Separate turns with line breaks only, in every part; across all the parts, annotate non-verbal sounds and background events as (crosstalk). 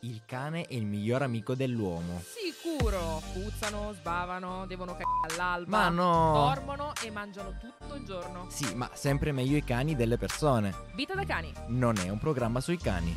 il cane è il miglior amico dell'uomo.
Sicuro. Puzzano, sbavano, devono cagare all'alba.
Ma no.
Dormono e mangiano tutto il giorno.
Sì, ma sempre meglio i cani delle persone.
Vita da cani.
Non è un programma sui cani.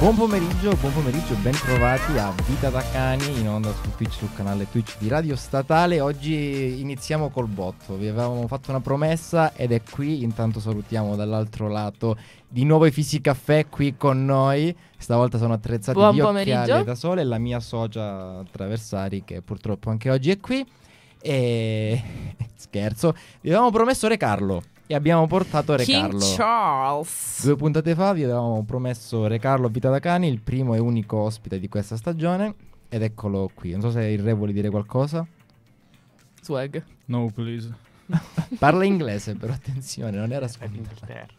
Buon pomeriggio, buon pomeriggio, ben trovati a Vita da Cani in onda su Twitch sul canale Twitch di Radio Statale. Oggi iniziamo col botto, vi avevamo fatto una promessa ed è qui, intanto salutiamo dall'altro lato di nuovo i Fisi Caffè qui con noi. Stavolta sono attrezzati
Buon
di
pomeriggio.
occhiali da sole e la mia socia Traversari che purtroppo anche oggi è qui. E (laughs) scherzo, vi avevamo promesso Re Carlo e abbiamo portato Re
King
Carlo.
Charles.
Due puntate fa vi avevamo promesso Re Carlo Vita da Cani, il primo e unico ospite di questa stagione. Ed eccolo qui. Non so se il re vuole dire qualcosa.
Swag.
No, please.
Parla inglese, (laughs) però attenzione, non era scontato.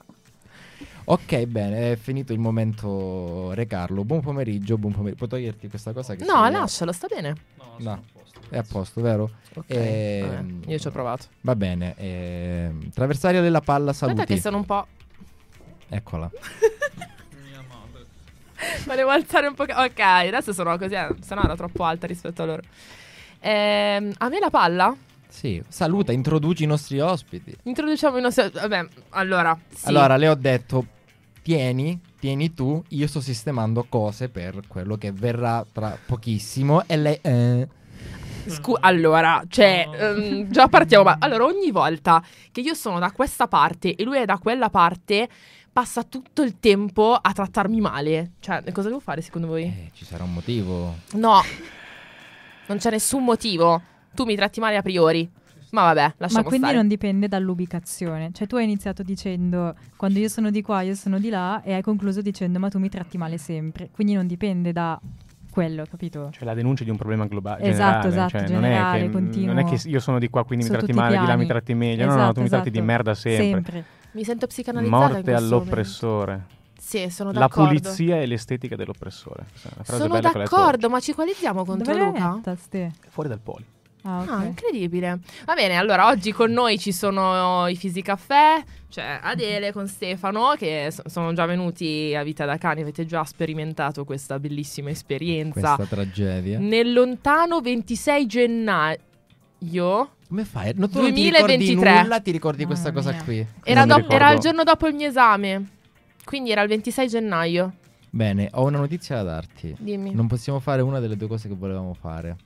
Ok, bene, è finito il momento Re Carlo. Buon pomeriggio, buon pomeriggio. Puoi toglierti questa cosa che
No,
sei-
lascialo, sta bene.
No,
No.
sono a posto.
È a posto, vero?
Ok.
Ehm,
vabbè, io ci ho provato.
Va bene. ehm, traversaria della palla, saluti.
Aspetta che sono un po'. (laughs)
Eccola.
Mia madre.
Volevo alzare un po'. ca- Ok, adesso sono così, eh, se no ero troppo alta rispetto a loro. Ehm, a me la palla?
Sì, saluta, introduci i nostri ospiti.
Introduciamo i nostri. Vabbè, allora. sì.
Allora le ho detto tieni, tieni tu, io sto sistemando cose per quello che verrà tra pochissimo e lei eh,
Scu- allora, cioè,
No.
ehm, già partiamo. ma- Allora, ogni volta che io sono da questa parte e lui è da quella parte, passa tutto il tempo a trattarmi male. Cioè, cosa devo fare secondo voi?
eh, ci sarà un motivo.
No, non c'è nessun motivo. Tu mi tratti male a priori. Ma vabbè,
Ma
lasciamo
quindi
stare.
non dipende dall'ubicazione. Cioè, tu hai iniziato dicendo quando io sono di qua, io sono di là, e hai concluso dicendo ma tu mi tratti male sempre. Quindi non dipende da quello, capito?
Cioè la denuncia di un problema globale.
Esatto,
generale,
esatto,
cioè, non,
generale,
è che,
continuo.
non è che io sono di qua quindi mi
Su
tratti
tutti i
male, di là mi
piani.
tratti meglio. no, no,
Esatto,
tu mi tratti di
esatto.
merda sempre.
Mi sento psicanalizzata. in
Morte
questo
all'oppressore.
momento. Sì, sono
La
d'accordo.
pulizia e l'estetica dell'oppressore. Questa è una frase
Sono
bella che ho letto
d'accordo, ma ci coalizziamo contro
Dove l'hai
Luca?
letta, ste?
oggi. Fuori dal poli.
Ah, ok.
Ah, incredibile. Va bene, allora oggi con noi ci sono i Fisicaffè, cioè Adele con Stefano, che so- sono già venuti a Vita da Cani, avete già sperimentato questa bellissima esperienza.
Questa tragedia.
Nel lontano 26 gennaio,
Come fai? No, tu non ti
2023.
ricordi nulla, ti ricordi
Mamma
questa cosa
mia.
qui.
era,
mi
dopo-
ricordo.
era il giorno dopo il mio esame, quindi era il 26 gennaio,
Bene, ho una notizia da darti.
dimmi.
Non possiamo fare una delle due cose che volevamo fare.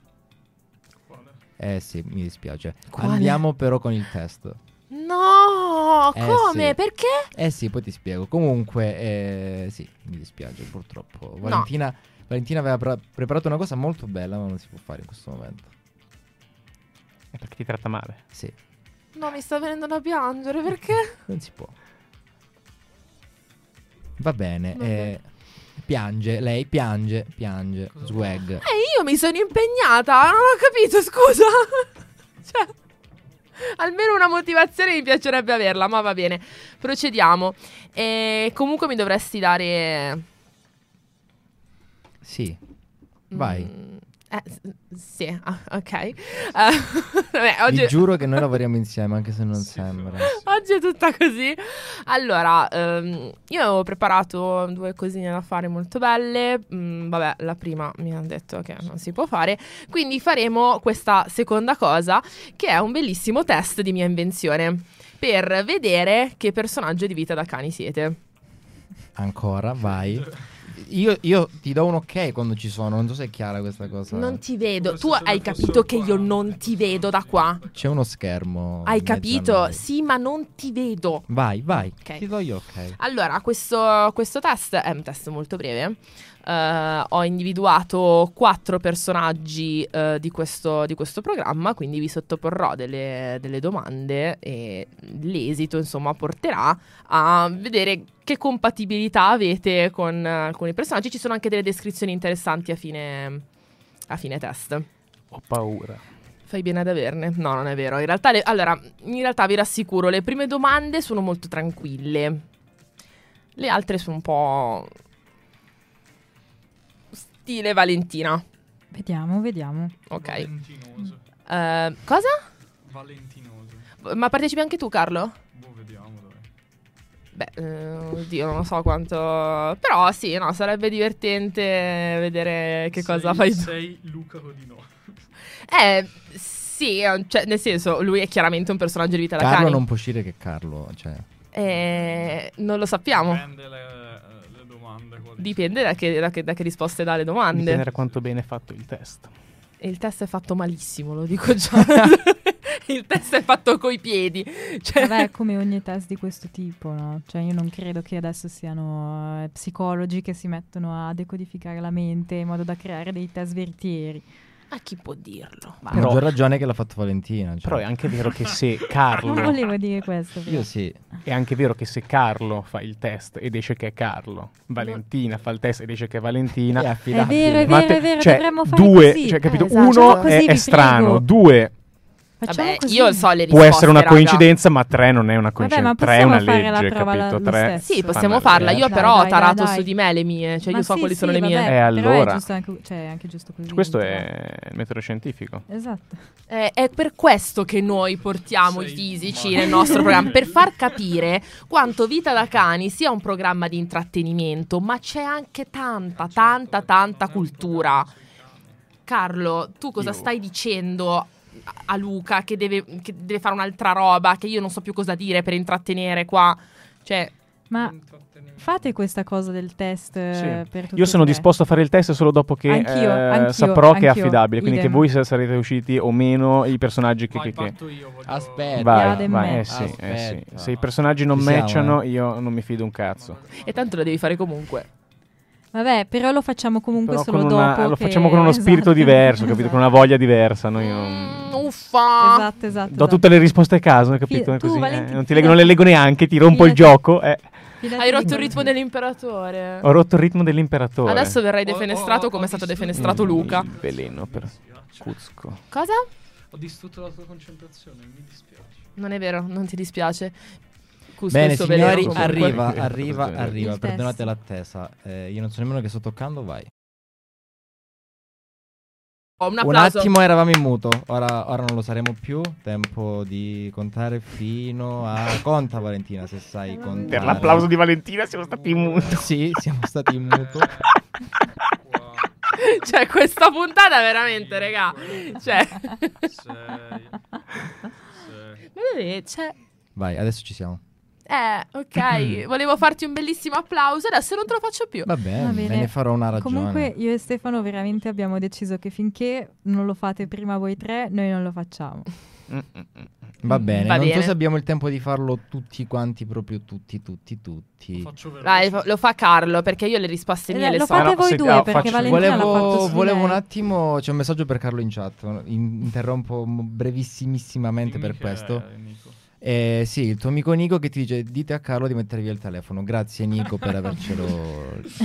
Eh sì, mi dispiace.
Quale?
Andiamo però con il test.
No,
Eh,
come?
sì.
Perché?
Eh sì, poi ti spiego. Comunque, eh, sì, mi dispiace purtroppo. Valentina, Valentina aveva pre- preparato una cosa molto bella, ma non si può fare in questo momento.
È perché ti tratta male.
Sì,
No, mi sta venendo da piangere, perché?
non si può. Va bene.
Va
eh,
bene.
piange, lei piange, piange. Swag.
Eh, io mi sono impegnata, non ho capito, scusa. (laughs) cioè, almeno una motivazione mi piacerebbe averla, ma va bene. Procediamo. E comunque mi dovresti dare...
Sì. Vai.
Mm, eh, s- sì, ah, ok. (laughs) Eh, vabbè, oggi,
Vi giuro che noi lavoriamo insieme, anche se non
Sì,
sembra.
sì.
(laughs) oggi è tutta così. Allora, ehm, io avevo preparato due cosine da fare molto belle. Mm, vabbè, la prima mi hanno detto che non si può fare. Quindi faremo questa seconda cosa, che è un bellissimo test di mia invenzione. Per vedere che personaggio di vita da cani siete.
Ancora, vai. Io, io ti do un ok quando ci sono. Non so se è chiara questa cosa.
Non ti vedo.
Come
Tu
se se ne
hai
fosse
capito
un
che
po'
io
una-
non ti vedo da qua.
C'è uno schermo.
Hai
in mezzo a
capito?
noi.
Sì, ma non ti vedo.
Vai, vai.
Ok.
Ti do io ok.
Allora, questo, questo test è un test molto breve. Eh, ho individuato quattro personaggi eh, di, questo, di questo programma, quindi vi sottoporrò delle, delle domande e l'esito, insomma, porterà a vedere che compatibilità avete con eh, alcuni personaggi. Ci sono anche delle descrizioni interessanti a fine, a fine test.
Ho paura.
Fai bene ad averne. No, non è vero. In realtà, le- allora, in realtà vi rassicuro, le prime domande sono molto tranquille. Le altre sono un po'. stile Valentina.
Vediamo, vediamo.
(laughs) Ok.
Valentinoso.
Eh, cosa?
Valentinoso.
Ma partecipi anche tu, Carlo?
Boh, vediamo dov'è.
Beh, eh, oddio, non so quanto. Però sì, no, sarebbe divertente vedere che cosa
Sei-
fai. tu.
Sei Luca Rodino.
Eh, sì, cioè, nel senso, lui è chiaramente un personaggio di vita da
Carlo
cane.
non può uscire che Carlo. Cioè,
Eh, non lo sappiamo.
Prende le, le domande. qua di-
Dipende da che, da che- da che risposte dà alle domande.
Dipende da quanto bene è fatto il test.
E il test è fatto malissimo, lo dico già. (laughs) il test è fatto coi piedi. Cioè,
Vabbè, è come ogni test di questo tipo, no? Cioè, io non credo che adesso siano eh, psicologi che si mettono a decodificare la mente in modo da creare dei test veritieri.
a chi può dirlo?
a
Però-
maggior ragione che l'ha fatto Valentina. cioè.
Però è anche vero che
(laughs)
se
Non
Carlo
volevo dire questo. però.
Io sì.
è anche vero che se Carlo fa il test ed esce che è Carlo, Valentina fa il test ed esce che è Valentina.
È
È
affidabile.
vero, è
Ma
vero,
te-
è vero,
cioè,
dovremmo fare
due,
così.
cioè, capito?
Eh, esatto.
Uno
Così,
è-
vi
è,
prego.
strano, due
Facciamo
Vabbè,
così.
io so le risposte.
può essere una
raga.
coincidenza, ma tre non è una
Vabbè,
coincidenza.
ma
tre è
possiamo
una
fare la
legge,
prova la-
capito?
lo
Tre. eh.
stesso.
Sì, possiamo
Fanno-
eh.
farla. Io,
Dai,
però, ho
dai, dai,
tarato
dai.
su di me le mie. Cioè,
Ma
io so
sì,
quali
sì,
sono le mie.
vabbè,
Eh,
però
allora.
È giusto anche, cioè, è anche giusto così.
Questo è il metodo scientifico.
Esatto.
Eh, è per questo che noi portiamo
Sei
i fisici
male.
nel nostro programma, per far capire quanto Vita da Cani sia un programma di intrattenimento, ma c'è anche tanta, tanta,
Certo,
tanta cultura. Carlo, tu cosa
Io-
stai dicendo a- a Luca che deve, che deve fare un'altra roba, che io non so più cosa dire per intrattenere qua? Cioè,
Ma
Intrattenimento.
fate questa cosa del test eh,
Sì.
per tutti
Io
e
sono
tre.
disposto a fare il test solo dopo che eh,
Anch'io, anch'io,
saprò che è
anch'io,
affidabile. Quindi
idem.
che voi se sarete usciti o meno i personaggi che...
Vai,
che, che.
parto io. Voglio...
Aspetta.
Vai,
Adem
vai,
me.
eh sì, eh sì.
Aspetta.
Se i personaggi non
Ci siamo,
matchano,
eh.
io non mi fido un cazzo.
e tanto lo devi fare comunque.
Vabbè, però lo facciamo comunque
Però
solo
con una-
dopo.
lo
che-
facciamo con uno spirito
Esatto. (laughs)
diverso, capito? Con una voglia diversa. Noi non-
Mm, uffa!
Esatto, esatto.
Do tutte le risposte a caso, capito?
Fi- tu,
Così, eh,
Valentina,
non, ti leggo, non le leggo neanche, ti rompo il
fidati.
gioco. eh.
Fidati
Hai rotto
di
il
me.
ritmo dell'imperatore.
Ho rotto il ritmo dell'imperatore.
Adesso verrai
Ho- ho-
defenestrato
ho
come è stato
distrutto-
defenestrato
Mm.
Luca.
Il veleno, però.
Mi dispiace.
Cuzco.
Cosa?
Ho distrutto la tua concentrazione, mi dispiace.
Non è vero, non ti dispiace. Cusco
Bene,
il suo
signori,
veleno, comunque.
arriva,
Comunque.
arriva,
Il
arriva.
test.
Perdonate l'attesa. Eh, io non so nemmeno che sto toccando. Vai.
Oh, un
Un
applauso.
attimo eravamo in muto, ora, ora non lo saremo più. Tempo di contare fino a. Conta, Valentina, se sai contare.
Per l'applauso di Valentina siamo stati in muto.
Sì, siamo stati in
(laughs)
muto.
Qua,
(laughs) (laughs) Cioè, questa puntata veramente, raga. Cioè,
sei, sei.
ma dove- cioè,
Vai, adesso ci siamo.
eh, (clears throat) ok. Volevo farti un bellissimo applauso, adesso non te lo faccio più.
Va bene,
Va
ve
bene.
ne farò una ragione.
Comunque io e Stefano veramente abbiamo deciso che finché non lo fate prima voi tre, noi non lo facciamo.
Va
Mm.
bene,
Va
non
bene.
so se abbiamo il tempo di farlo tutti quanti, proprio tutti, tutti, tutti.
Faccio veloce.
Dai, fa- lo fa Carlo perché io le risposte mie
Eh,
le
lo
so.
fate
no,
voi
se-
due
ah,
perché
faccio-
Valentina l'ha fatto
Volevo,
su
volevo
lei.
un attimo, c'è un messaggio per Carlo in chat, in- interrompo mo- brevissimissimamente
Dimmi
per
che
questo.
è, Nico.
Eh, sì, il tuo amico Nico che ti dice dite a Carlo di mettere via il telefono. Grazie Nico
(laughs)
per avercelo
C'ha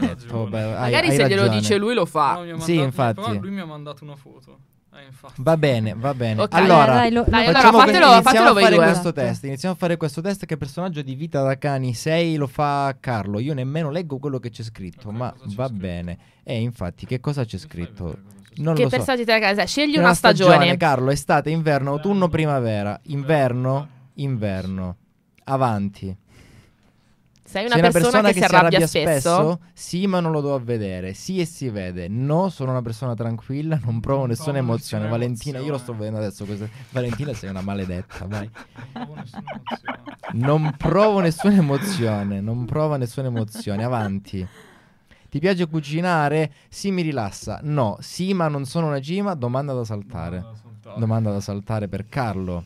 detto.
ragione.
Beh, hai-
Magari
hai
se glielo
ragione.
dice lui lo fa.
No, mi ha
Ah, Sì,
mandato-
infatti.
Però lui mi ha mandato una foto. Eh, infatti. (laughs)
Va bene, va bene.
Ok.
Allora,
Dai, dai, lo-
Dai,
lo-
allora,
facciamo
fatelo-
que-
fatelo
iniziamo
voi
a fare
due.
questo test. Iniziamo a fare questo test che personaggio di vita da cani 6 lo fa Carlo. Io nemmeno leggo quello che c'è scritto,
Ok,
ma
cosa c'è
va
scritto?
bene. E infatti, che cosa c'è
Mi fai
scritto?
vedere cosa c'è
Non
Che
lo so.
personaggio ti casa? cioè, Scegli una, stagione.
Carlo, estate, inverno, autunno, primavera. Inverno, inverno. Avanti.
Sei
Sei
una, persona, che, si arrabbia, spesso.
Sì, ma non lo do a vedere. Sì e si vede. No, sono una persona tranquilla, non provo
Non
nessuna
provo
emozione.
nessuna
Valentina, io lo sto
emozione.
vedendo adesso. questa- Valentina, sei una maledetta, vai.
Non avevo nessuna
(laughs)
emozione.
Non provo nessuna emozione, non provo nessuna emozione. Avanti. Ti piace cucinare? Sì, mi rilassa. No, sì, ma non sono una gima. Domanda da saltare.
Non ascoltavo.
Domanda da saltare per Carlo.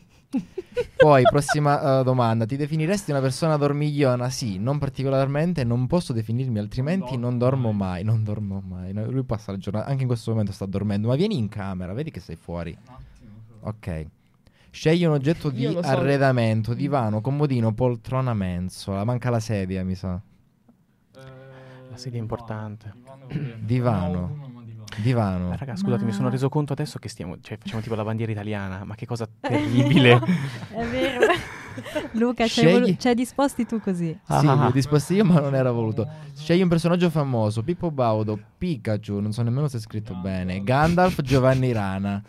Poi, prossima eh, domanda. Ti definiresti una persona dormigliona? Sì, non particolarmente, non posso definirmi altrimenti, non
Non
dormo
dormo
mai, non dormo mai. No, Lui passa la giornata, anche in questo momento sta dormendo, ma vieni in camera, vedi che sei fuori.
Un attimo, però.
Ok. Scegli un oggetto di
Io lo so. Mm.
arredamento, divano, comodino, poltrona, mensola. Manca la sedia, mi sa.
Eh,
La sedia è importante.
divano, divano.
(clears throat)
No,
Divano.
uno, ma divano.
Divano.
Raga, scusate, mi
Ma-
sono reso conto adesso che stiamo. Cioè, facciamo tipo la bandiera italiana. Ma che
(laughs)
cosa terribile.
(laughs)
È vero. Luca, ci hai
Scegli.
volu- ci hai disposti tu così.
Sì,
Ah.
l'ho disposto io, ma non era voluto. Scegli un personaggio famoso, Pippo Baudo, Pikachu, non so nemmeno se è scritto bene, Gandalf, Giovanni Rana.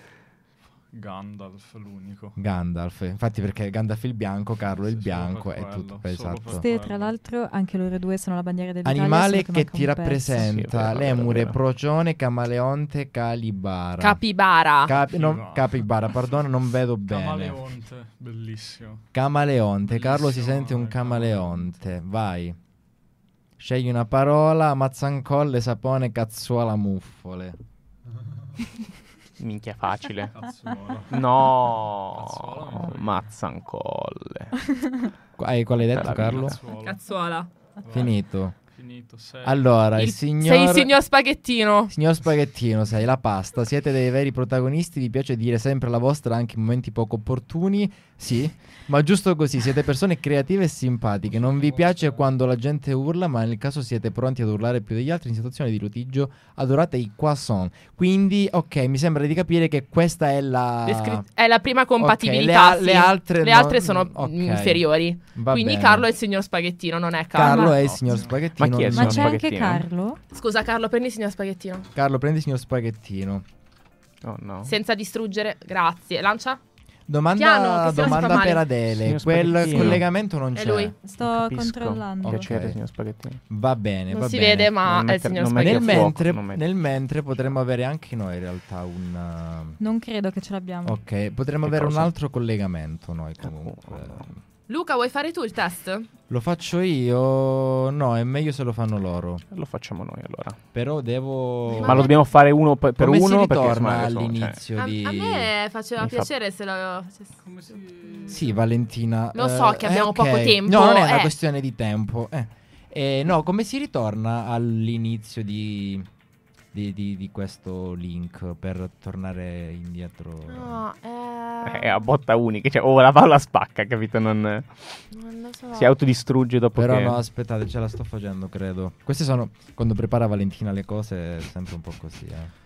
Gandalf l'unico.
Gandalf, infatti perché Gandalf il bianco, Carlo il
Sì, solo
bianco
per
è
quello,
tutto,
solo
esatto.
per
Ste,
quello.
tra l'altro, anche loro due sono la bandiera dell'Italia.
Animale
solo
che ti
manca un pezzo.
Sì, è
rappresenta,
vero,
lemure,
è vero.
procione, camaleonte, calibara.
Capibara.
Capi- non,
No.
capibara,
(laughs)
perdono, non vedo bene.
Camaleonte, bellissimo.
Camaleonte, Carlo si
Bellissimo,
sente un
eh,
camaleonte, vai. Scegli una parola, mazzancolle, sapone, cazzuola, muffole.
Minchia facile.
Cazzuolo.
No,
Cazzuola.
mazzancolle.
Qu- hai- Qual hai detto
Meraviglia.
Carlo?
Cazzuolo.
Cazzuola.
Vai.
Finito.
Finito, sei.
Allora, il,
Il-
signor...
Sei il signor spaghettino.
Signor Spaghettino, sei la pasta, siete dei veri protagonisti, vi piace dire sempre la vostra anche in momenti poco opportuni, sì, ma giusto così, siete persone creative e simpatiche, non vi piace quando la gente urla, ma nel caso siete pronti ad urlare più degli altri in situazioni di litigio, adorate i croissant. Quindi, ok, mi sembra di capire che questa è la...
Descri- Ah. È la prima
Ok,
compatibilità.
le a-
sì.
le altre no-
sono mm,
ok.
inferiori.
Va
Quindi
bene.
Carlo è il signor spaghettino, non è Carlo.
Carlo è il
No.
signor Spaghettino.
Ma chi è il Sono
Ma c'è anche
eh.
spaghettino.
Carlo?
Scusa Carlo, prendi il signor spaghettino.
Carlo, prendi il signor Spaghettino.
Oh no.
Senza distruggere. Grazie. Lancia.
Domanda,
Piano, che se no si fa
domanda
male.
per Adele,
Signor
quel
Spaghettino.
collegamento non
È
c'è.
lui.
Sto
Capisco.
controllando.
Ok.
Piacere, signor Spaghettino.
Va bene,
Non
Eh, va
si
bene.
vede, ma
Non
è il
mette-
signor
non
Nel
mette-
spaghettino.
fuoco,
mentre,
non metti.
nel mentre potremmo avere anche noi in realtà un...
Non credo che ce l'abbiamo.
uh, ok, potremmo
Che
avere un
cosa? Eh, oh,
altro collegamento noi comunque.
Appunto.
Luca, vuoi fare tu il test?
Lo faccio io? No, è meglio se lo fanno loro.
Lo facciamo noi allora.
Però devo...
Ma lo dobbiamo fare uno per, per
Come si
uno perché
ritorna
insomma, adesso, cioè,
all'inizio
A, a
di...
me faceva
Mi fa-
piacere se lo facessi.
Come si...
Sì, Valentina.
Lo
eh,
so che
eh,
abbiamo
ok.
poco tempo,
No, non è una
eh.
questione di tempo. eh. Eh, no, come si ritorna all'inizio di, di- di- di questo link per tornare indietro?
No, eh,
È a botta unica, cioè, o la va o la spacca, capito? Non,
non lo so.
si autodistrugge dopo
Però
che...
no, aspettate, ce la sto facendo, credo. Queste sono. Quando prepara Valentina le cose, è sempre un po' così. eh.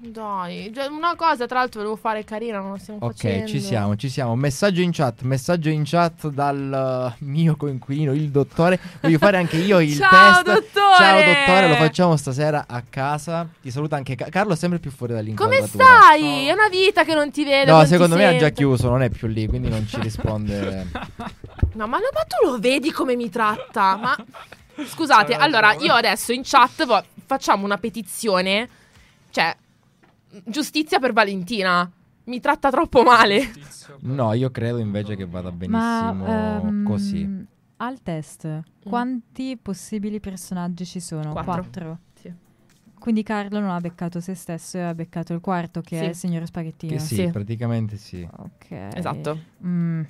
Dai, cioè, una cosa tra l'altro volevo fare carina, non lo stiamo
Ok,
facendo.
ci siamo, ci siamo. Messaggio in chat, messaggio in chat dal eh, mio coinquilino, il dottore. Voglio fare anche io il
(laughs) Ciao,
test.
dottore!
Ciao dottore, lo facciamo stasera a casa. Ti saluta anche Ca- Carlo, è sempre più fuori
Come
dall'inquadratura.
stai? È una vita che non ti vedo.
No,
non ti
secondo me ha già
sento.
chiuso, non è più lì, quindi non
(laughs)
ci risponde.
(laughs)
No, ma, lo- ma tu lo vedi come mi tratta? Ah, Ma scusate,
Hai
allora
ragione.
io adesso in chat vo- facciamo una petizione. Cioè, giustizia per Valentina. Mi tratta troppo male.
Tizio, però.
No, io credo invece che vada
Ma
benissimo
ehm,
così.
al test, quanti possibili personaggi ci sono?
Mm. Quattro. Sì.
Quindi Carlo non ha beccato se stesso e ha beccato il quarto, che
Sì.
è il signor Spaghettino.
Che sì,
Sì.
praticamente sì.
Ok.
Esatto.
Mm,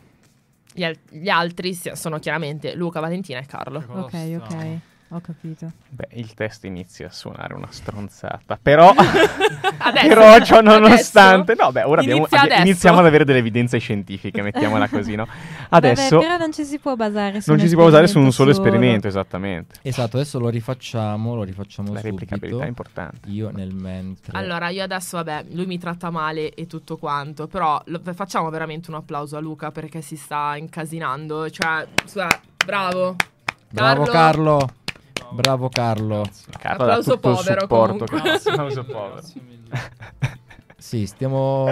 Gli, al- gli altri si- sono chiaramente Luca, Valentina e Carlo.
Che
(laughs)
cosa
ok,
strana.
ok. Ho capito.
Beh, il test inizia a suonare una stronzata, però... (laughs)
Adesso,
Però ciò nonostante...
adesso.
No, beh, ora abbiamo-
Inizia
abbi-
adesso.
iniziamo ad avere delle evidenze scientifiche, mettiamola così, no? Adesso
Vabbè, però non ci si può basare su
non
un
ci si può usare su un solo
esperimento
esperimento, esattamente.
Esatto, adesso lo rifacciamo, lo rifacciamo
La replicabilità
subito.
è importante.
Io nel mentre.
Allora, io adesso, vabbè, lui mi tratta male e tutto quanto. Però lo- facciamo veramente un applauso a Luca perché si sta incasinando. Cioè, scusa, bravo.
Bravo Carlo. Bravo Carlo.
Grazie.
Carlo dà
Applauso
tutto il
povero,
supporto.
comunque.
che-
(laughs)
Grazie
(laughs) Applauso
mille,
povero.
grazie mille.
Sì, stiamo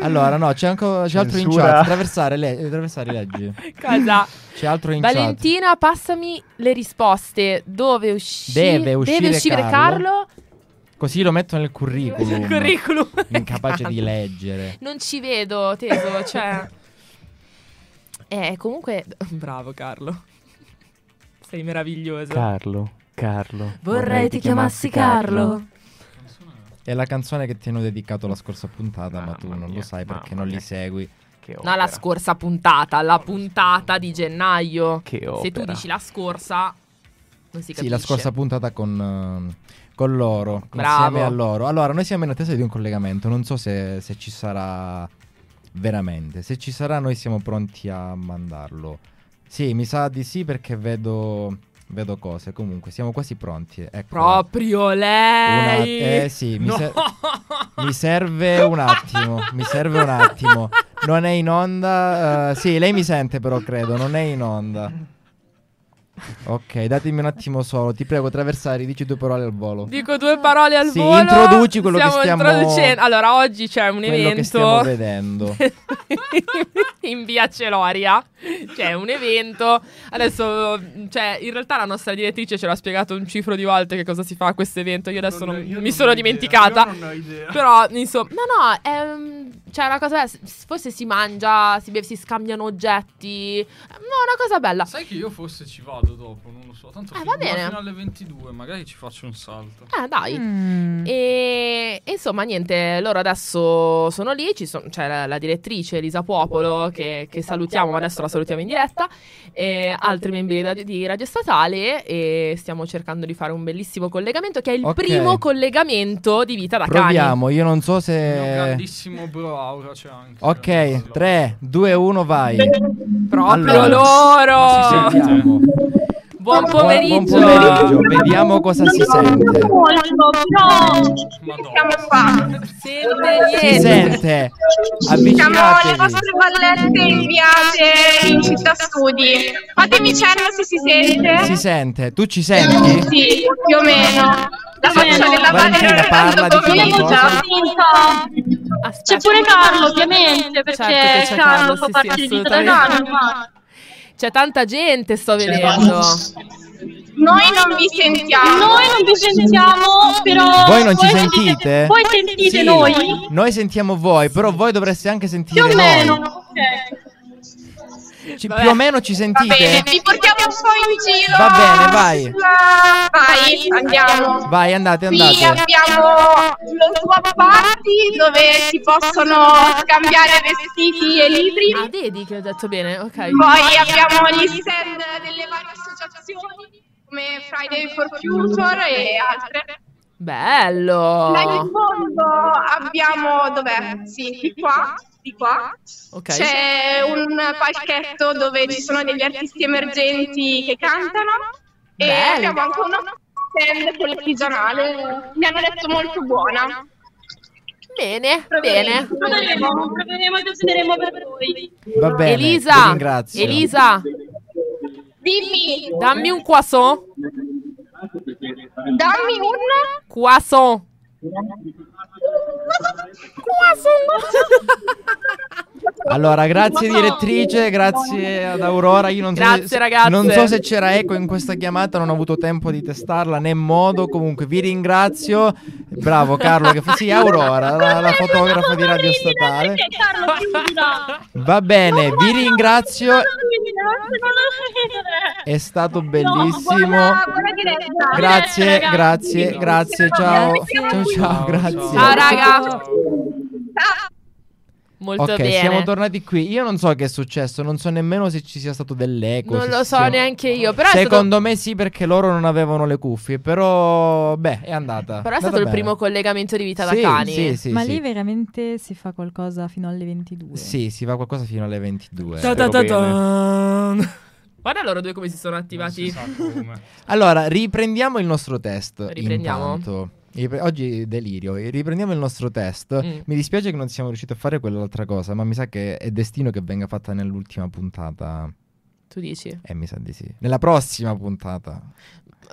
Allora, no, c'è anche c'è altro in
Censura.
chat, attraversare le attraversare i leggi.
(laughs) Casa.
C'è altro in chat.
Valentina, passami le risposte. Dove usci-
Deve uscire
Carlo?
Così lo metto nel curriculum.
Il (laughs) curriculum.
Incapace
(laughs)
di leggere.
Non ci vedo, Teso, cioè... (laughs) Eh, comunque... (laughs) Bravo, Carlo. Sei meraviglioso.
Carlo, Carlo.
Non so, eh,
È la canzone che ti hanno dedicato la scorsa puntata, ma
Mamma
tu non
mia,
lo sai
mamma
perché non li
mia.
segui.
Che
No, la
opera.
scorsa puntata, la puntata di gennaio.
Che
Se tu
opera.
dici la scorsa, non si capisce.
Sì, la scorsa puntata con, ehm, con loro,
Bravo.
insieme a loro. Allora, noi siamo in attesa di un collegamento, non so se, se ci sarà veramente. Se ci sarà noi siamo pronti a mandarlo. Sì, mi sa di sì perché vedo, vedo cose, comunque siamo quasi pronti. Eccola.
Proprio lei!
Una- eh sì, mi
No.
ser-
(laughs)
Mi serve un attimo, mi serve un attimo. Non è in onda. eh, sì, lei mi sente però, credo, non è in onda. Ok, datemi un attimo solo, ti prego, traversare, dici due parole al volo.
Dico due parole al
Sì,
volo.
introduci quello che stiamo-
introducendo. Allora, oggi c'è un
Quello che stiamo
evento (laughs)
vedendo.
in via Celoria. C'è un evento. Adesso, cioè, in realtà la nostra direttrice ce l'ha spiegato un cifro di volte che cosa si fa a questo evento. Io adesso
Non-
non-
io
mi
non
sono
ho idea,
dimenticata.
io non ho idea.
Però, insomma, no, no, è, mm, cioè, una cosa. s- Forse si mangia, si beve, si scambiano oggetti. No, una cosa bella.
Sai che io forse ci vado dopo, non lo so. Tanto
Eh, va
fino-
bene.
fino alle 22, magari ci faccio un salto.
Eh, dai.
Mm.
E e insomma, niente, loro adesso sono lì, ci son- c'è la, la direttrice Elisa Popolo che, che salutiamo, ma adesso la salutiamo in diretta, e altri membri di Radio, di Radio Statale e stiamo cercando di fare un bellissimo collegamento che è il
Ok.
primo collegamento di Vita da Cani.
Proviamo, io non so
Il mio
se...
grandissimo bro Aura c'è anche.
Eh. Ok, 3, 2, 1, vai.
Proprio
Allora.
Ma si sente?
loro!
Sentiamo.
Buon
Buon-
pomeriggio!
Buon pomeriggio, vediamo cosa si sente.
molto,
Madonna.
però siamo qua.
Sente
Si
niente.
sente.
Siamo le
Avvicinatevi.
vostre ballette inviate in città studi. Fatemi cenno se si sente.
Si sente, tu ci senti?
Sì, più o meno. La faccia della
Valentina,
Valeria
parla, dici
tanto come
qualcosa.
già.
Aspetta.
Carlo, ovviamente,
perché certo che c'è Carlo, Carlo fa sì, parte sì, di Vita da assolutamente. C'è tanta gente, sto vedendo.
Noi non vi sentiamo.
Noi non vi sentiamo, però.
Voi non ci
voi
sentite?
Voi sentite
Sì.
noi?
Noi sentiamo voi, però voi dovreste anche sentire
Più o
noi.
meno.
Ci-
Vabbè.
più o meno ci
Va bene,
sentite?
vi portiamo un po' in giro.
Va bene, vai.
Vai, andiamo.
Vai, andate,
Qui
andate.
abbiamo lo swap party dove si possono scambiare vestiti e libri.
Ah, vedi che ho detto bene, ok.
Poi abbiamo gli stand delle varie associazioni come Friday for Future e altre. Là in
Bello!
fondo abbiamo dov'è? Sì, di qua, di qua.
Ok.
C'è un palchetto dove ci sono degli artisti emergenti che cantano e
Bello.
abbiamo anche uno stand con l'artigianale. Mi hanno detto molto buona.
Bene, bene.
Proveremo, proveremo e decideremo per voi.
Va bene. ti
Elisa,
ringrazio.
Elisa,
Dimmi,
dammi un croissant.
dammi un...
Croissant.
Allora, grazie direttrice, grazie ad Aurora. Io non so
Grazie,
se,
ragazze.
Non so se c'era eco in questa chiamata, non ho avuto tempo di testarla né modo. Comunque vi ringrazio. Bravo Carlo che fa sì Aurora, la, la fotografa di Radio Statale.
Perché Carlo chiuda?
Va bene, vi
Non
ringrazio.
chiudere.
È stato
No,
bellissimo.
buona-
buona diretta.
Grazie,
ragazzi.
grazie, grazie. Ciao. Ciao,
Grazie.
ciao, grazie.
Ciao, raga. Molto
Ok,
bene.
siamo tornati qui. Io non so che è successo, non so nemmeno se ci sia stato dell'eco.
non
se
lo
ci
so
sia-
neanche io, però è stato,
Secondo me sì, perché loro non avevano le cuffie. Però, beh, è andata.
però è stato il primo collegamento di vita da cani.
Sì, sì,
Ma
sì.
lì veramente si fa qualcosa fino alle 22.
Sì, si fa qualcosa fino alle 22.
Ta- ta- ta- ta.
Guarda loro due come si sono
Non si
attivati.
sa come.
Allora, riprendiamo il nostro test.
Riprendiamo?
intanto. Ripre- Oggi delirio. Riprendiamo il nostro test.
Mm.
Mi dispiace che non siamo riusciti a fare quell'altra cosa, ma mi sa che è destino che venga fatta nell'ultima puntata.
Tu dici?
Eh, mi sa di sì. Nella prossima puntata.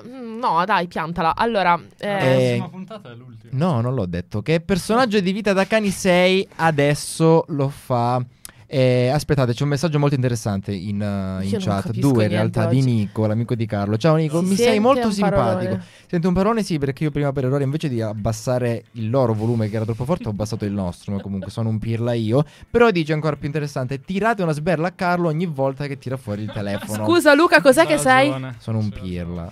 Mm, No, dai, piantala. Allora, eh,
La
Eh,
prossima puntata è l'ultima.
No, non l'ho detto. Che personaggio di vita da cani 6 adesso lo fa. Eh, aspettate, c'è un messaggio molto interessante in, eh, in
Io non
chat.
capisco
Due in
niente
realtà
oggi.
di Nico, l'amico di Carlo. Ciao Nico,
si
mi sei
sente
molto
un
simpatico.
parolone.
Sento un parolone sì, perché io prima per errore invece di abbassare il loro volume che era troppo forte ho abbassato il nostro, ma comunque sono un pirla io. Però dice ancora più interessante, tirate una sberla a Carlo ogni volta che tira fuori il telefono.
Scusa Luca, cos'è
Ha
che sei?
ragione.
Sono un
Sì.
pirla.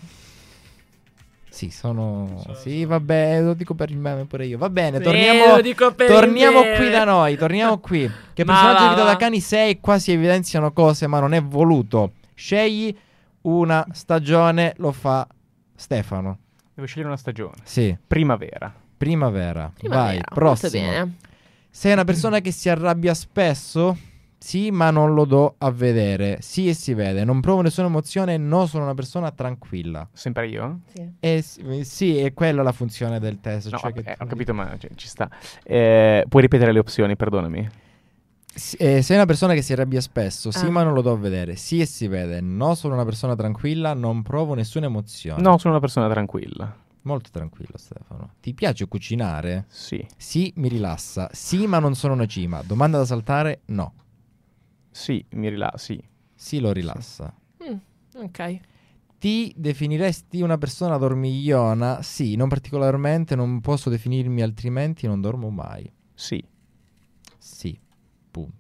Sì, sono.
Sì,
Sì,
sì.
vabbè, lo dico per il meme pure io. Va bene,
Eh,
torniamo.
lo dico per
Torniamo
me.
qui da noi, torniamo
(laughs)
qui. Che
Ma
personaggio
va,
di vita
va.
da cani sei? Qua si evidenziano cose, ma non è voluto. Scegli una stagione, lo fa Stefano.
Devo scegliere una stagione.
Sì,
Primavera.
primavera. Vai,
Primavera, molto
prossimo.
bene.
Sei una persona che si arrabbia spesso? Sì, ma non lo do a vedere. Sì, e si vede. Non provo nessuna emozione. No, sono una persona tranquilla.
Sempre io?
Eh, sì, eh, sì, è quella la funzione del test.
No,
cioè
ho,
che
eh,
tu-
ho capito, ma cioè, ci sta. Eh, puoi ripetere le opzioni, perdonami.
S- eh, sei una persona che si arrabbia spesso, sì
Ah.
ma non lo do a vedere, sì e si vede, no sono una persona tranquilla, non provo nessuna emozione.
No, sono una persona tranquilla.
Molto tranquillo Stefano. Ti piace cucinare?
Sì.
Sì, mi rilassa, sì ma non sono una cima, domanda da saltare? No,
Sì, mi rilassa, sì.
sì lo rilassa.
Mm, ok.
Ti definiresti una persona dormigliona? Sì, non particolarmente, non posso definirmi altrimenti, non dormo mai.
Sì.
Sì, punto.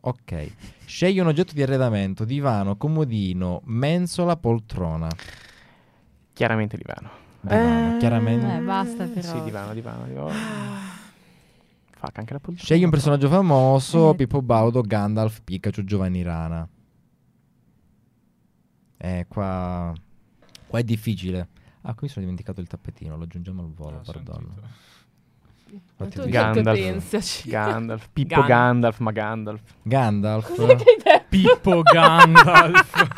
Ok. Scegli un oggetto di arredamento, divano, comodino, mensola, poltrona.
Chiaramente divano.
Divano,
Eh,
chiaramente.
Eh, basta però.
Sì, divano, divano, divano. Fuck, anche la poltrona.
Scegli un personaggio famoso,
Eh.
Pippo Baudo, Gandalf, Pikachu, Giovanni Rana. Eh, qua... Qua è difficile. Ah, qui mi sono dimenticato il tappetino, lo aggiungiamo al volo,
Ah,
perdono.
sentito.
Ma
Infatti
tu
ho detto-
niente
Gandalf.
pensaci. (laughs)
Gandalf, Pippo
Gan-
Gandalf, ma Gandalf.
Gandalf,
Pippo
(laughs)
Gandalf.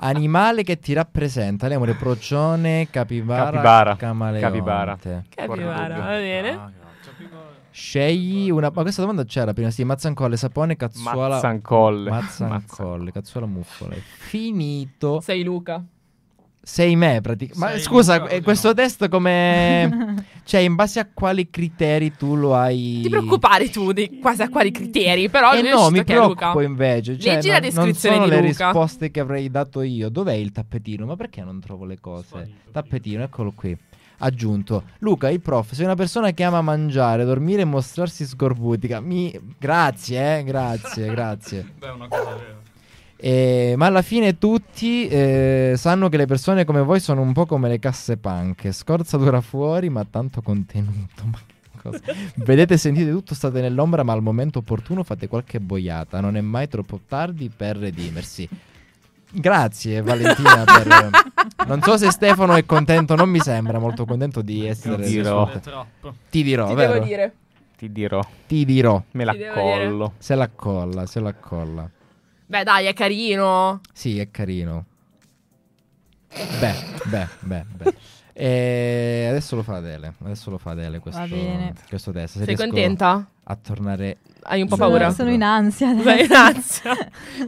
animale che ti rappresenta, lemure, procione, capibara,
Capibara.
camaleonte.
Capibara.
Capivara,
Guarda,
va bene.
Ah, cazzo, Pippo-
Scegli una. Ma questa domanda c'era prima. Sì, Mazzancolle, Sapone, Cazzuola.
Mazzancolle.
Mazzancolle, Cazzuola, Muffola. Finito.
Sei Luca.
Sei me, praticamente. Ma
Sei
scusa,
Luca,
eh,
no?
questo testo come. cioè, in base a quali criteri tu lo hai.
Ti preoccupare tu di quasi a quali criteri, però
Eh
lui è
no,
uscito
mi
che è Luca.
preoccupo invece. Cioè,
Leggi
non,
la descrizione
non sono
di
le
Luca.
risposte che avrei dato io. Dov'è il tappetino? Ma perché non trovo le cose?
Sparito.
tappetino, eccolo qui. Aggiunto. Luca, il prof, sei una persona che ama mangiare, dormire e mostrarsi scorbutica. Mi... Grazie, eh,
(laughs)
grazie, grazie.
Beh, è una cosa vera.
Eh, ma alla fine tutti eh, sanno che le persone come voi sono un po' come le casse panche. Scorza dura fuori, ma tanto contenuto. (laughs) Ma che cosa? Vedete, sentite tutto, state nell'ombra, ma al momento opportuno fate qualche boiata. Non è mai troppo tardi per redimersi. Grazie
(laughs)
Valentina per- eh, Non so se Stefano è contento, non mi sembra molto contento di essere
Grazie
dirò.
sulle trap.
Ti dirò,
Ti
vero?
devo dire.
Ti dirò,
Ti dirò.
me la
Ti devo
collo.
Se la colla, se la colla.
Beh, dai, è carino.
Sì, è carino. Beh, beh, beh, beh. E adesso lo fa Adele. Adesso lo fa Adele questo,
Va bene.
questo test. Se
Sei
riesco
contenta?
A tornare.
Hai un po'
Sì.
Sono-
paura?
Sono, in ansia. adesso.
Vai in ansia.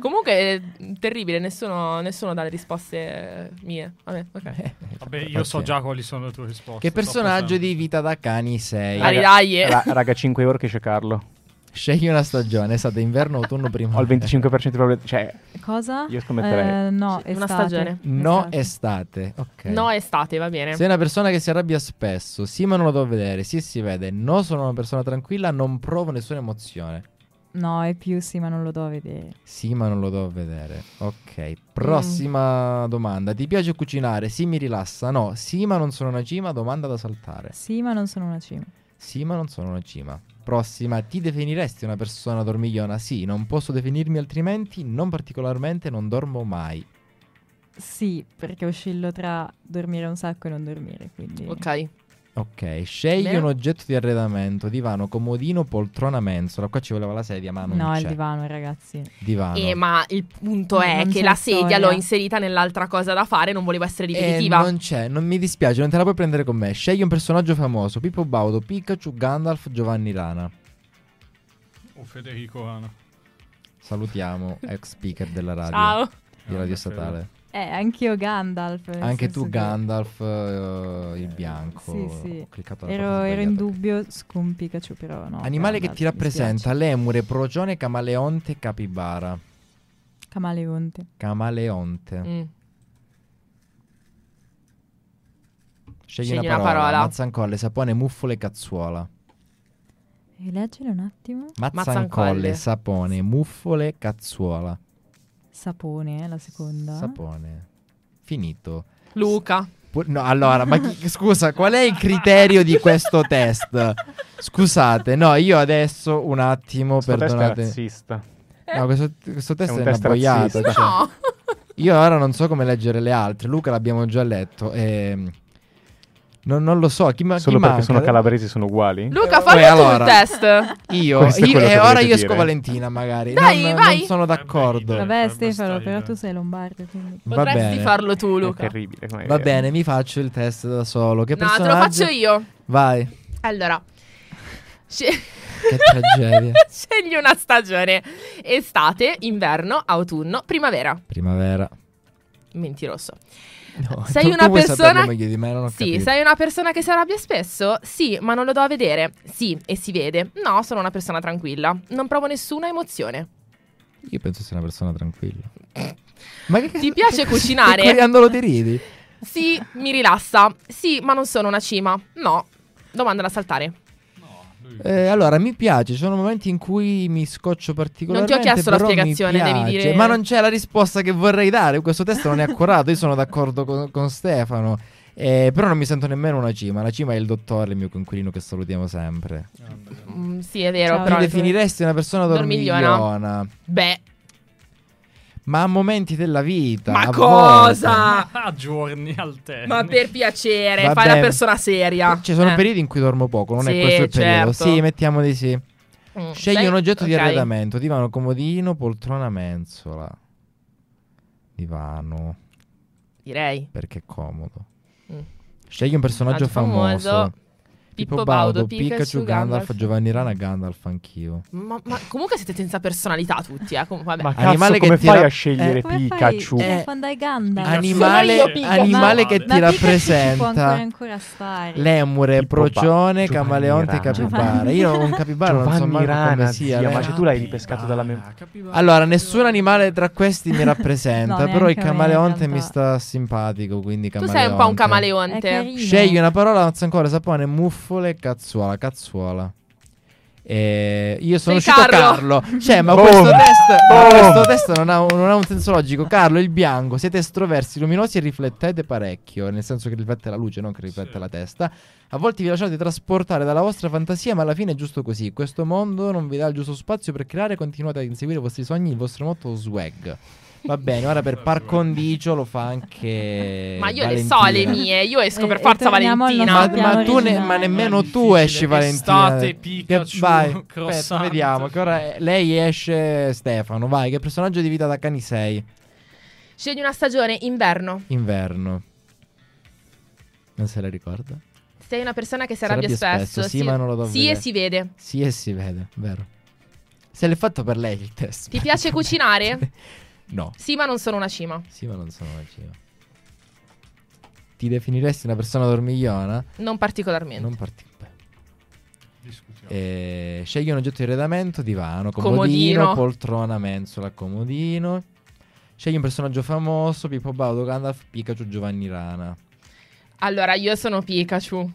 Comunque è terribile, nessuno, nessuno dà le risposte eh, mie. Vabbè,
Eh,
ok.
(laughs)
Vabbè, io so già quali sono le tue risposte.
Che personaggio
troppo
di Vita da Cani sei?
Dai, dai.
Ra- raga, 5 euro che c'è Carlo.
Scegli una stagione, estate, inverno, autunno, primavera.
Ho il 25% di probabilità. Cioè,
(laughs) Cosa?
Io scommetterei.
Eh, no,
Una
estate.
stagione.
No,
Estate.
estate. Ok.
(laughs) Esatto. No, estate, va bene.
Sei una persona che si arrabbia spesso. Sì, ma non lo devo vedere. Sì, si vede. No, sono una persona tranquilla. Non provo nessuna emozione.
No, è più sì, ma non lo do a vedere.
Sì, ma non lo do a vedere. Ok,
Mm.
prossima domanda. Ti piace cucinare? Sì, mi rilassa. No, sì, ma non sono una cima. Domanda da saltare.
Sì, ma non sono una cima.
Sì, ma non sono una cima. Prossima, ti definiresti una persona dormigliona? Sì, non posso definirmi altrimenti, non particolarmente, non dormo mai.
Sì, perché oscillo tra dormire un sacco e non dormire, quindi...
Ok.
Ok, scegli
Bene.
un oggetto di arredamento, divano, comodino, poltrona, mensola. Qua ci voleva la sedia, ma Ah, non
No, è
c'è.
il divano, ragazzi.
divano.
Eh, ma il punto è
Non
che
c'è
la sedia
storia.
l'ho inserita nell'altra cosa da fare, non volevo essere
Eh,
ripetitiva.
non c'è, non mi dispiace, non te la puoi prendere con me. Scegli un personaggio famoso, Pippo Baudo, Pikachu, Gandalf, Giovanni Rana.
O Oh, Federico Ana.
Salutiamo ex speaker della radio
Ciao.
di Radio Statale.
Eh, anch'io Gandalf. nel
Anche
senso
tu
che
Gandalf eh, il bianco.
Sì, sì.
Ho cliccato alla
Ero,
parte
ero in
sbagliata.
dubbio con Pikachu, però no.
Animale che
Gandalf,
ti
mi
rappresenta:
spiace.
lemure, procione, camaleonte, capibara.
Camaleonte.
Camaleonte.
Mm.
Scegli,
Scegli
una
una
parola.
parola.
Mazzancolle, sapone, muffole, cazzuola.
E leggilo un attimo.
Mazzancolle,
Mazzancolle.
sapone, muffole, cazzuola.
Sapone, eh, la seconda.
Sapone. Finito.
Luca.
Pu- No, allora, ma chi- scusa, qual è il criterio di questo test? Scusate, no, io adesso un attimo,
questo test è
perdonate.
razzista.
No, questo, questo test
È
è,
un
una
test
boiata.
razzista.
cioè.
No.
Io ora non so come leggere le altre. Luca l'abbiamo già letto. ehm, non, non lo so. Chi, ma, chi
Solo perché
manca?
sono calabresi sono uguali?
Luca,
Uè,
fai
allora.
tu il test.
Io,
Questo è
io-
quello
e
che
ora
volete
io esco
dire.
Valentina, magari.
Dai,
non,
vai.
non sono d'accordo.
Eh, beh,
Vabbè,
fai
Stefano,
questa
però
idea.
tu sei lombardo, quindi...
Va
Potresti
bene.
farlo tu,
È
Luca.
terribile. come
Va
idea.
bene, mi faccio il test da solo. Che
No, te lo
personaggio-
faccio io.
Vai.
Allora. Sce- (laughs)
Che tragedia.
Scegli una stagione. Estate, inverno, autunno, primavera.
Primavera.
Mentiroso.
No,
Sei
tu- tu
una
vuoi
persona-
saperlo meglio di me, non ho
Sì,
capito.
sei una persona che si arrabbia spesso? Sì, ma non lo do a vedere. Sì, e si vede. No, sono una persona tranquilla. Non provo nessuna emozione.
Io penso sia una persona tranquilla. Ma che
Ti piace cucinare?
Coriandolo ti ridi.
Sì, mi rilassa. Sì, ma non sono una cima. No. Domanda da saltare.
No, lui...
Eh, allora, mi piace, ci sono momenti in cui mi scoccio particolarmente.
chiesto la
però mi
spiegazione, devi
piace.
dire-
Ma non c'è la risposta che vorrei dare. Questo testo non è accurato. Io sono d'accordo con, con Stefano. Eh, però non mi sento nemmeno una cima. La cima è il dottore, il mio coinquilino che salutiamo sempre.
Andrea.
Mm, sì, è vero,
Ciao.
però...
Mi definiresti una persona
Dormigliona.
dormigliona.
Beh,
Ma a momenti della vita.
ma
a volte.
cosa?
A giorni al tempo.
Ma per piacere,
Vabbè.
Eh, fai la persona seria.
Ci sono
Eh.
periodi in cui dormo poco, non
Sì,
è questo il periodo.
certo.
Sì, mettiamo di sì.
Mm,
Scegli
sei-
un oggetto di
ok.
arredamento: divano, comodino, poltrona, mensola. Divano,
Direi.
perché è comomodo.
Mm.
Scegli un personaggio
Tanto famoso.
famoso.
Pippo
Pippo
Baudo,
Baudo,
Pikachu,
Pikachu,
Gandalf.
Gandalf, Giovanni Rana, Gandalf, anch'io.
Ma, ma comunque siete senza personalità tutti, eh. com- vabbè.
Ma cazzo,
Animale che
come
ti
fai
ra-
a scegliere
Eh,
Come
Pikachu?
fai?
Eh,
Eh, quando hai Gandalf.
Animale,
Sono io, Pikachu.
animale
Ma-
che
Ma
ti
Pikachu ci può ancora,
rappresenta.
ancora stare.
Lemure,
Pippo Ba-
procione,
Giovanni
camaleonte,
Rana.
capibara. Io un capibara non so
Giovanni
manco
Rana,
come sia.
zia,
eh.
ma cioè tu l'hai ripescato dalla memoria.
Allora, nessun animale tra questi
(laughs)
mi rappresenta,
No,
però il
neanche a me, in
camaleonte mi
realtà.
sta simpatico, quindi
Tu
camaleonte.
sei un po' un
È
camaleonte.
carino.
Scegli una parola, non so ancora, sapone, muffole, cazzuola, cazzuola. E io sono
Sei
uscito
Carlo.
Carlo. Cioè, ma
Boom.
questo test, ma
Boom.
questo test non, ha, un- non ha un senso logico. Carlo, il bianco, siete estroversi, luminosi e riflettete parecchio, nel senso che riflette la luce, non che riflette
Sì.
la testa. A volte vi lasciate trasportare dalla vostra fantasia, ma alla fine è giusto così. Questo mondo non vi dà il giusto spazio per creare, continuate ad inseguire i vostri sogni, il vostro motto swag. Va bene, ora
(laughs)
per par condicio lo fa anche
Ma io
Valentina.
le so le mie, io esco
E-
per
e
forza
Eh, torniamo al
Valentina.
Ma,
nostro
ma tu ne-
originale.
ma nemmeno
È
tu
difficile.
esci Valentina.
Estate, Pikachu,
Che-
(laughs)
vai,
croissant.
aspetta, vediamo. Che ora è- lei esce Stefano, vai. Che personaggio di vita da cani sei?
Scegli una stagione, inverno.
Inverno. Non se la ricorda?
Sei una persona che si
Si
arrabbia
arrabbia
spesso.
spesso, sì, ma non lo do
Sì,
vedere.
e si vede.
Sì, e si vede, vero. Se l'è fatto per lei il test.
Ti piace cucinare?
(laughs) No.
Sì, ma non sono una cima.
Sì, ma non sono una cima. Ti definiresti una persona dormigliona?
Non particolarmente.
Non parti. beh.
Discutiamo.
Eh, scegli un oggetto di arredamento, divano, comodino,
Comodino.
poltrona, mensola, comodino. Scegli un personaggio famoso, Pippo Baudo, Gandalf, Pikachu, Giovanni Rana.
Ah, Allora, io sono Pikachu.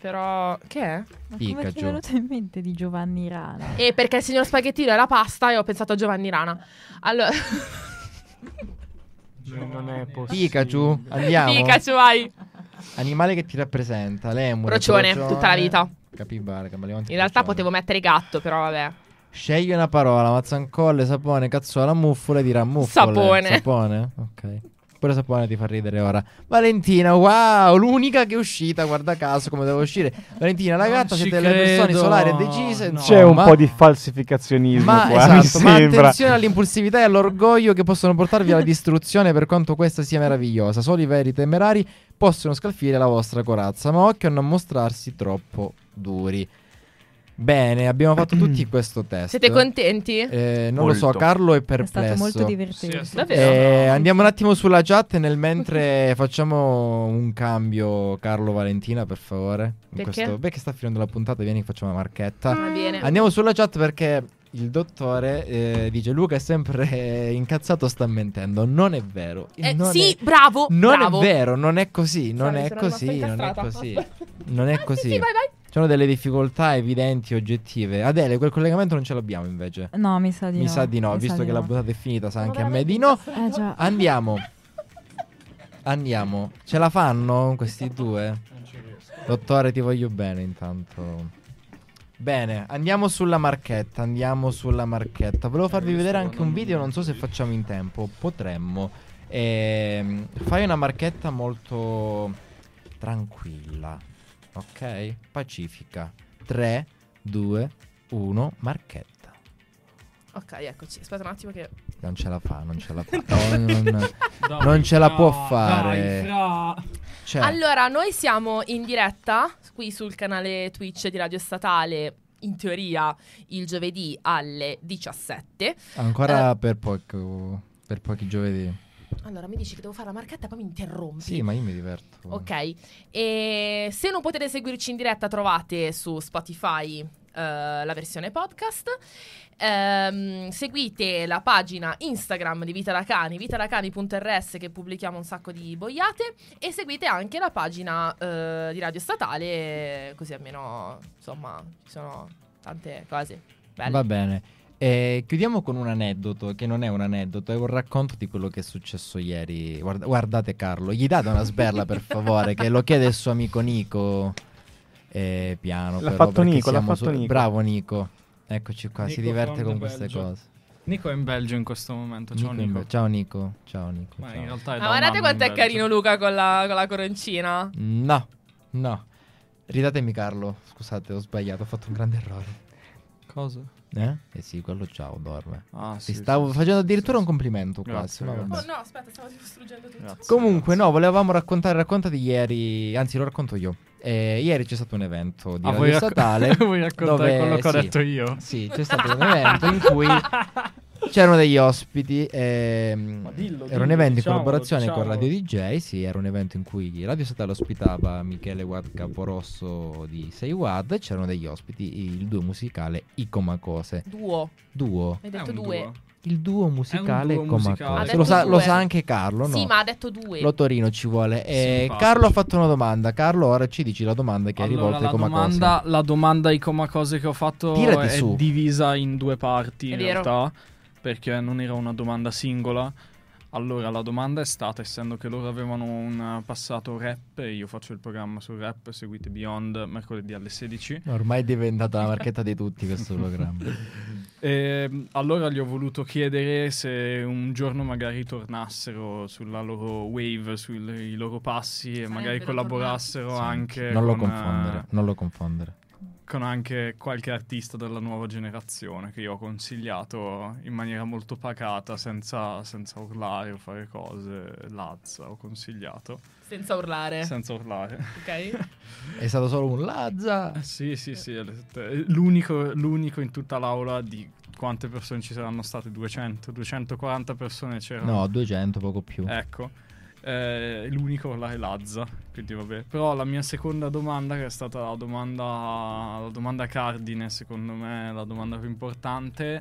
Però, che è?
Ma come ti
Pikachu.
è venuto in mente di Giovanni Rana?
E perché il signor Spaghettino è la pasta e ho pensato a Giovanni Rana. Allora, (laughs)
Non è possibile.
Pikachu, andiamo.
Pikachu, vai.
Animale che ti rappresenta, lemure,
Procione, tutta la vita.
Capibara, camaleonte.
In realtà
procione.
potevo mettere gatto, però vabbè.
Eh, Scegli una parola, mazzancolle, sapone, cazzuola, muffole, dirà muffole.
Sapone.
Sapone, ok. Pure sapone ti fa ridere ora. Valentina, wow, l'unica che è uscita, guarda caso come devo uscire. Valentina, la
Non
gatta,
ci
siete le persone
credo.
solari e decise.
No.
C'è un
insomma.
po' di falsificazionismo
Ma,
qua, mi
esatto, ma
sembra.
attenzione all'impulsività e all'orgoglio che possono portarvi alla distruzione per quanto questa sia meravigliosa. Solo i veri temerari possono scalfire la vostra corazza, ma occhio a non mostrarsi troppo duri. Bene, abbiamo
(clears throat)
fatto tutti questo test.
Siete contenti?
Eh, non
Molto.
lo so, Carlo è
È
perplesso.
stato molto
Sì,
divertente.
è stato-
Davvero?
Eh, andiamo un attimo sulla chat e nel
(laughs)
mentre facciamo un cambio Carlo Valentina per favore. In
Perché? Mm.
perché sta finendo la puntata, vieni che facciamo la marchetta.
Va bene.
Andiamo sulla chat perché il dottore eh, dice Luca è sempre eh, incazzato, sta mentendo. Non è vero.
Eh,
non
sì,
è-
bravo.
non
bravo.
è vero, non è così, non
Sorry,
è
sono
così,
rimasta
non è
incastrata. (laughs)
così.
Aspetta.
Non è
Ah, sì,
così.
sì, vai, vai.
Ci sono delle difficoltà evidenti, oggettive. Adele, quel collegamento non ce l'abbiamo invece.
Eh,
Eh, No, mi sa di
Mi
no.
sa di no,
mi sa
visto
di
che
no.
la puntata è finita, sa anche a me
veramente
di no.
Eh già. (laughs)
Andiamo. Andiamo. Ce la fanno questi due? Dottore, ti voglio bene intanto. Bene, andiamo sulla marchetta, andiamo sulla marchetta. Volevo farvi vedere anche un video, non Eh, so se facciamo in tempo, potremmo. Ehm, fai una marchetta molto tranquilla, ok? Pacifica. 3, 2, 1, marchetta.
Ok, eccoci. Aspetta un attimo che...
Non ce la fa, non ce la (laughs) fa. Oh, non-
Dai,
non ce la
fra,
può fare.
dai, fra.
Cioè,
Allora, noi siamo in diretta qui sul canale Twitch di Radio Statale in teoria il giovedì alle 17.
Ancora per, poco, per pochi giovedì.
Allora mi dici che devo fare la marchetta e poi mi interrompi.
Sì, ma io mi diverto.
Mm.
Ok, e se non potete seguirci in diretta trovate su Spotify eh, la versione podcast. Ehm, seguite la pagina Instagram di Vita da Cani, vitalacani.rs che pubblichiamo un sacco di boiate e seguite anche la pagina eh, di Radio Statale così almeno insomma ci sono tante cose belle.
Va bene. Eh, chiudiamo con un aneddoto che non è un aneddoto, è un racconto di quello che è successo ieri. Guarda- guardate Carlo, gli date una sberla per favore, che lo chiede il suo amico Nico. Eh, piano,
L'ha
però,
fatto
perché
Nico, l'ha
siamo
fatto Nico.
Bravo Nico. Eccoci qua, si
Nico
diverte
from
con
the
queste
Belgio.
cose.
Nico è in Belgio in questo momento. Ciao
Nico in
Nico.
Be- Ciao Nico, ciao Nico.
Ma
ciao.
in realtà è da
Ma
un anno
Ah, guardate
in
quanto è
Belgio.
carino Luca con la, con la coroncina.
No, no. Ridatemi Carlo, scusate, ho sbagliato, ho fatto un grande errore.
Cosa?
Eh? Eh sì, quello ciao, dorme.
Ah, sì,
Ti
sì,
stavo
sì,
facendo
sì,
addirittura
sì,
un
sì.
complimento
Grazie,
quasi. ma
ragazzi.
vabbè.
Oh no, aspetta, stavo distruggendo tutto.
Grazie,
Comunque,
grazie.
no, volevamo raccontare, racconta di ieri, anzi lo racconto io. Eh, ieri c'è stato un evento di
Ah,
radio
vuoi racco-
statale.
(laughs) vuoi raccontare
dove-
quello che ho
sì.
detto io?
Sì, c'è stato un evento in cui
(laughs)
c'erano degli ospiti. ehm,
Ma dillo,
era un
dillo,
evento in
diciamolo,
collaborazione con
diciamolo.
Radio DJ. Sì, era un evento in cui Radio Statale ospitava Michele Wad Caporosso di 6 Wad. E c'erano degli ospiti, il duo musicale I Comacose.
Duo,
Duo.
hai
È
detto
un
due.
duo.
Il duo musicale
duo musicale.
Comacose.
Ha
Lo
detto
sa, lo
due.
sa anche Carlo, no?
Sì, ma ha detto due.
L'Otorino ci vuole. Eh,
Simpatici.
Carlo ha fatto una domanda. Carlo, ora ci dici la domanda che è
Allora,
rivolta
la
ai Comacose.
domanda, la domanda di coma cose che ho fatto
Tirati
è
su.
divisa in due parti
È
in
vero.
realtà, perché non era una domanda singola. Allora, la domanda è stata, essendo che loro avevano un eh, passato rap, e io faccio il programma sul rap, seguite Beyond mercoledì alle 16.
Ormai è diventata la marchetta di tutti questo
(laughs)
programma.
Ehm, allora gli ho voluto chiedere se un giorno magari tornassero sulla loro wave, sui loro passi e magari
Sarebbero
collaborassero
Sì,
anche
non lo
con, eh,
confondere, non lo confondere.
con anche qualche artista della nuova generazione che io ho consigliato in maniera molto pacata, senza, senza urlare o fare cose. Lazza ho consigliato,
Senza urlare.
senza urlare.
(laughs)
ok?
È stato solo un Lazza.
Eh, sì, sì, sì, alle sette- l'unico, l'unico in tutta l'aula di quante persone ci saranno state? 200, 240 persone c'erano.
No, 200, poco più.
Ecco. Eh, l'unico là è Lazza, quindi vabbè. Però la mia seconda domanda, che è stata la domanda, la domanda cardine, secondo me, la domanda più importante,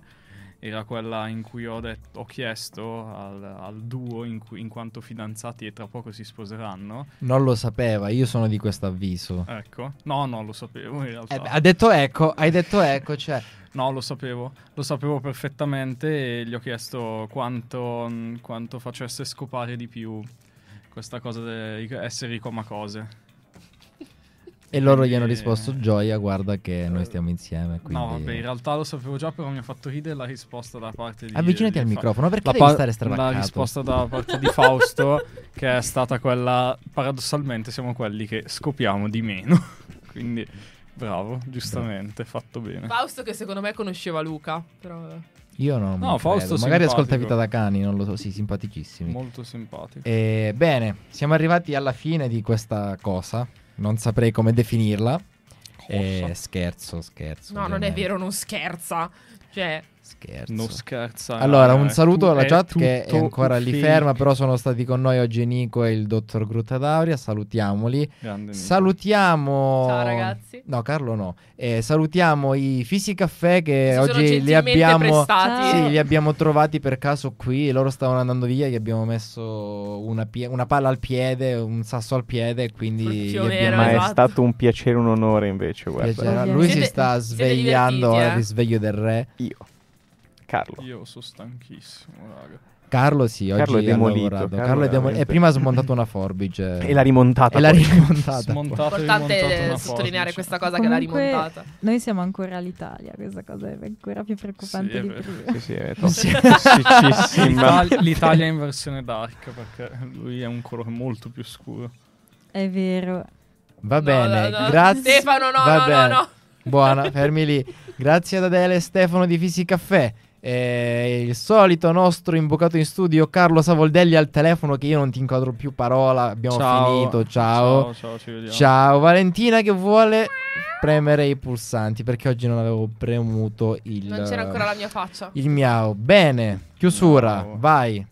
era quella in cui ho, detto- ho chiesto al, al duo, in, cui- in quanto fidanzati e tra poco si sposeranno.
Non lo sapeva, io sono di questo avviso.
Ecco, no, no, lo sapevo in realtà.
Eh, beh, ha detto ecco, hai detto ecco, cioè...
No, lo sapevo, lo sapevo perfettamente e gli ho chiesto quanto, mh, quanto facesse scopare di più questa cosa di essere i comacose.
E loro gli hanno
Eh.
risposto Gioia, guarda che noi stiamo insieme. Quindi...
No, vabbè, in realtà lo sapevo già, però mi ha fatto ridere la risposta da parte di...
Avvicinati
di
al
Fa-
microfono, perché
eh, la
devi
pa-
stare stravaccato?
La risposta da parte di Fausto, che è stata quella, paradossalmente siamo quelli che scopiamo di meno. (laughs) Quindi, bravo, giustamente, fatto bene.
Fausto che secondo me conosceva Luca, però eh,
Io non
No,
credo.
Fausto
Magari
simpatico.
ascolta Vita da Cani, non lo so, sì, simpaticissimi.
Molto simpatico.
Eh, bene, siamo arrivati alla fine di questa cosa. Non saprei come definirla. Eh, scherzo, scherzo.
No, non è
ovviamente.
vero, non scherza. Cioè,
Scherzo.
Non scherza.
allora,
eh,
un saluto
tu-
alla
è
chat che è
tutto
ancora lì
fake.
ferma, però sono stati con noi oggi Nico e il dottor Gruttadauria, salutiamoli.
Grande Nico.
Salutiamo...
Ciao, ragazzi.
No, Carlo no. Eh, salutiamo i Fisi Caffè che
si sono
oggi li
gentilmente
abbiamo...
prestati.
Sì, li abbiamo trovati per caso qui, loro stavano andando via, gli abbiamo messo una, pie- una palla al piede, un sasso al piede, quindi...
Fruttivero,
gli abbiamo-
Ma è
esatto.
stato un piacere, un onore invece, guarda.
Piacere. Lui si
Siete-
sta
siete
svegliando,
divertiti,
ora
eh?
risveglio del re.
Io, Carlo.
Io sono stanchissimo, raga.
Carlo sì, oggi
Carlo è
ha
demolito,
lavorato.
Carlo
Carlo è demolito.
veramente.
E prima ha smontato una forbice.
E l'ha rimontata.
E l'ha
poi.
rimontata.
Smontato e rimontato
Importante
una cioè.
sottolineare
forbice.
questa
cioè.
cosa che l'ha
Comunque-
rimontata.
Noi siamo ancora all'Italia, questa cosa è ancora più preoccupante
Sì, è
di
vero.
prima.
Sì, sì, è top.
Sì.
Tossicissima.
L'Italia, l'Italia in versione dark perché lui è un colore molto più scuro.
È vero.
Va bene,
No, no, no.
grazie.
Stefano, no,
Va
no,
bene.
no, no. (laughs)
Buona, fermi lì. Grazie ad Adele e Stefano di Fisi Caffè. Eh, il solito nostro imbucato in studio Carlo Savoldelli al telefono che io non ti inquadro più parola, abbiamo finito, ciao.
Ciao, ciao, ci vediamo.
Ciao Valentina che vuole premere i pulsanti perché oggi non avevo premuto il
Non c'era ancora la mia faccia.
il miau. Bene, chiusura,
Bravo.
vai, Eh,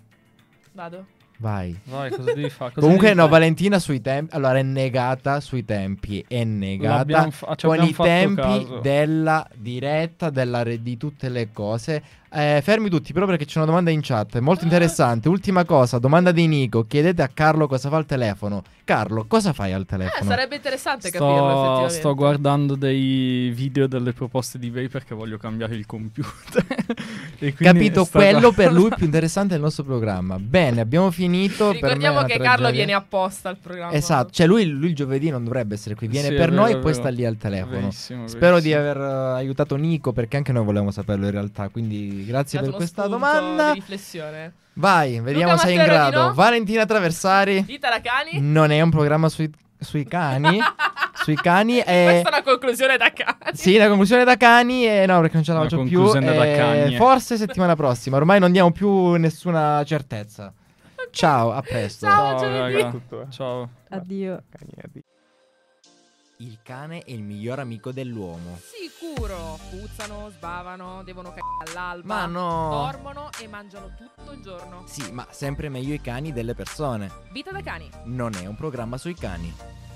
Vado. Eh,
vai.
Vai, cosa devi fare? Cosa
Comunque,
devi
no,
fare?
Valentina sui tempi. Allora, è negata sui tempi. È negata
L'abbiamo fa- ci
con
abbiamo
i
fatto
tempi
caso.
della diretta, della re- di tutte le cose. Eh, fermi tutti, però, perché c'è una domanda in chat. è Molto interessante. Ultima cosa, domanda di Nico. Chiedete a Carlo cosa fa al telefono. Carlo, cosa fai al
Eh,
telefono?
sarebbe interessante capirlo
Sto,
effettivamente.
sto guardando dei video delle proposte di eBay perché voglio cambiare il computer. (laughs) E quindi
Capito,
è stata-
quello per lui più interessante del nostro programma. Bene, abbiamo finito. per me è
Ricordiamo
una
che Carlo
tragedia.
viene apposta al programma.
Esatto, cioè lui, lui il giovedì non dovrebbe essere qui, viene
Sì, è
per
vero,
noi
è
e poi
vero.
sta lì al telefono.
Verissimo,
Spero di
verissimo.
aver eh, aiutato Nico perché anche noi volevamo saperlo in realtà, quindi grazie
Dato
per
uno
questa
spunto
domanda.
Di riflessione.
Vai, vediamo se è in
Matteo
grado.
Rodino?
Valentina Traversari
Dita la cani.
non è un programma sui, sui
(laughs)
cani, sui cani è...
Questa è una conclusione da cani.
Sì, la conclusione da cani e no, perché non ce la
Una
faccio più.
conclusione da
eh,
cani.
forse settimana prossima, ormai non diamo più nessuna certezza. Ciao, a presto.
Ciao,
Ciao,
giovedì.
raga.
Tutto, eh.
Ciao.
Addio.
Cagnetti.
Il cane è il miglior amico dell'uomo.
Sicuro. Puzzano, sbavano, devono cagare all'alba.
Ma no.
Dormono e mangiano tutto il giorno.
Sì, ma sempre meglio i cani delle persone.
Vita da cani.
Non è un programma sui cani.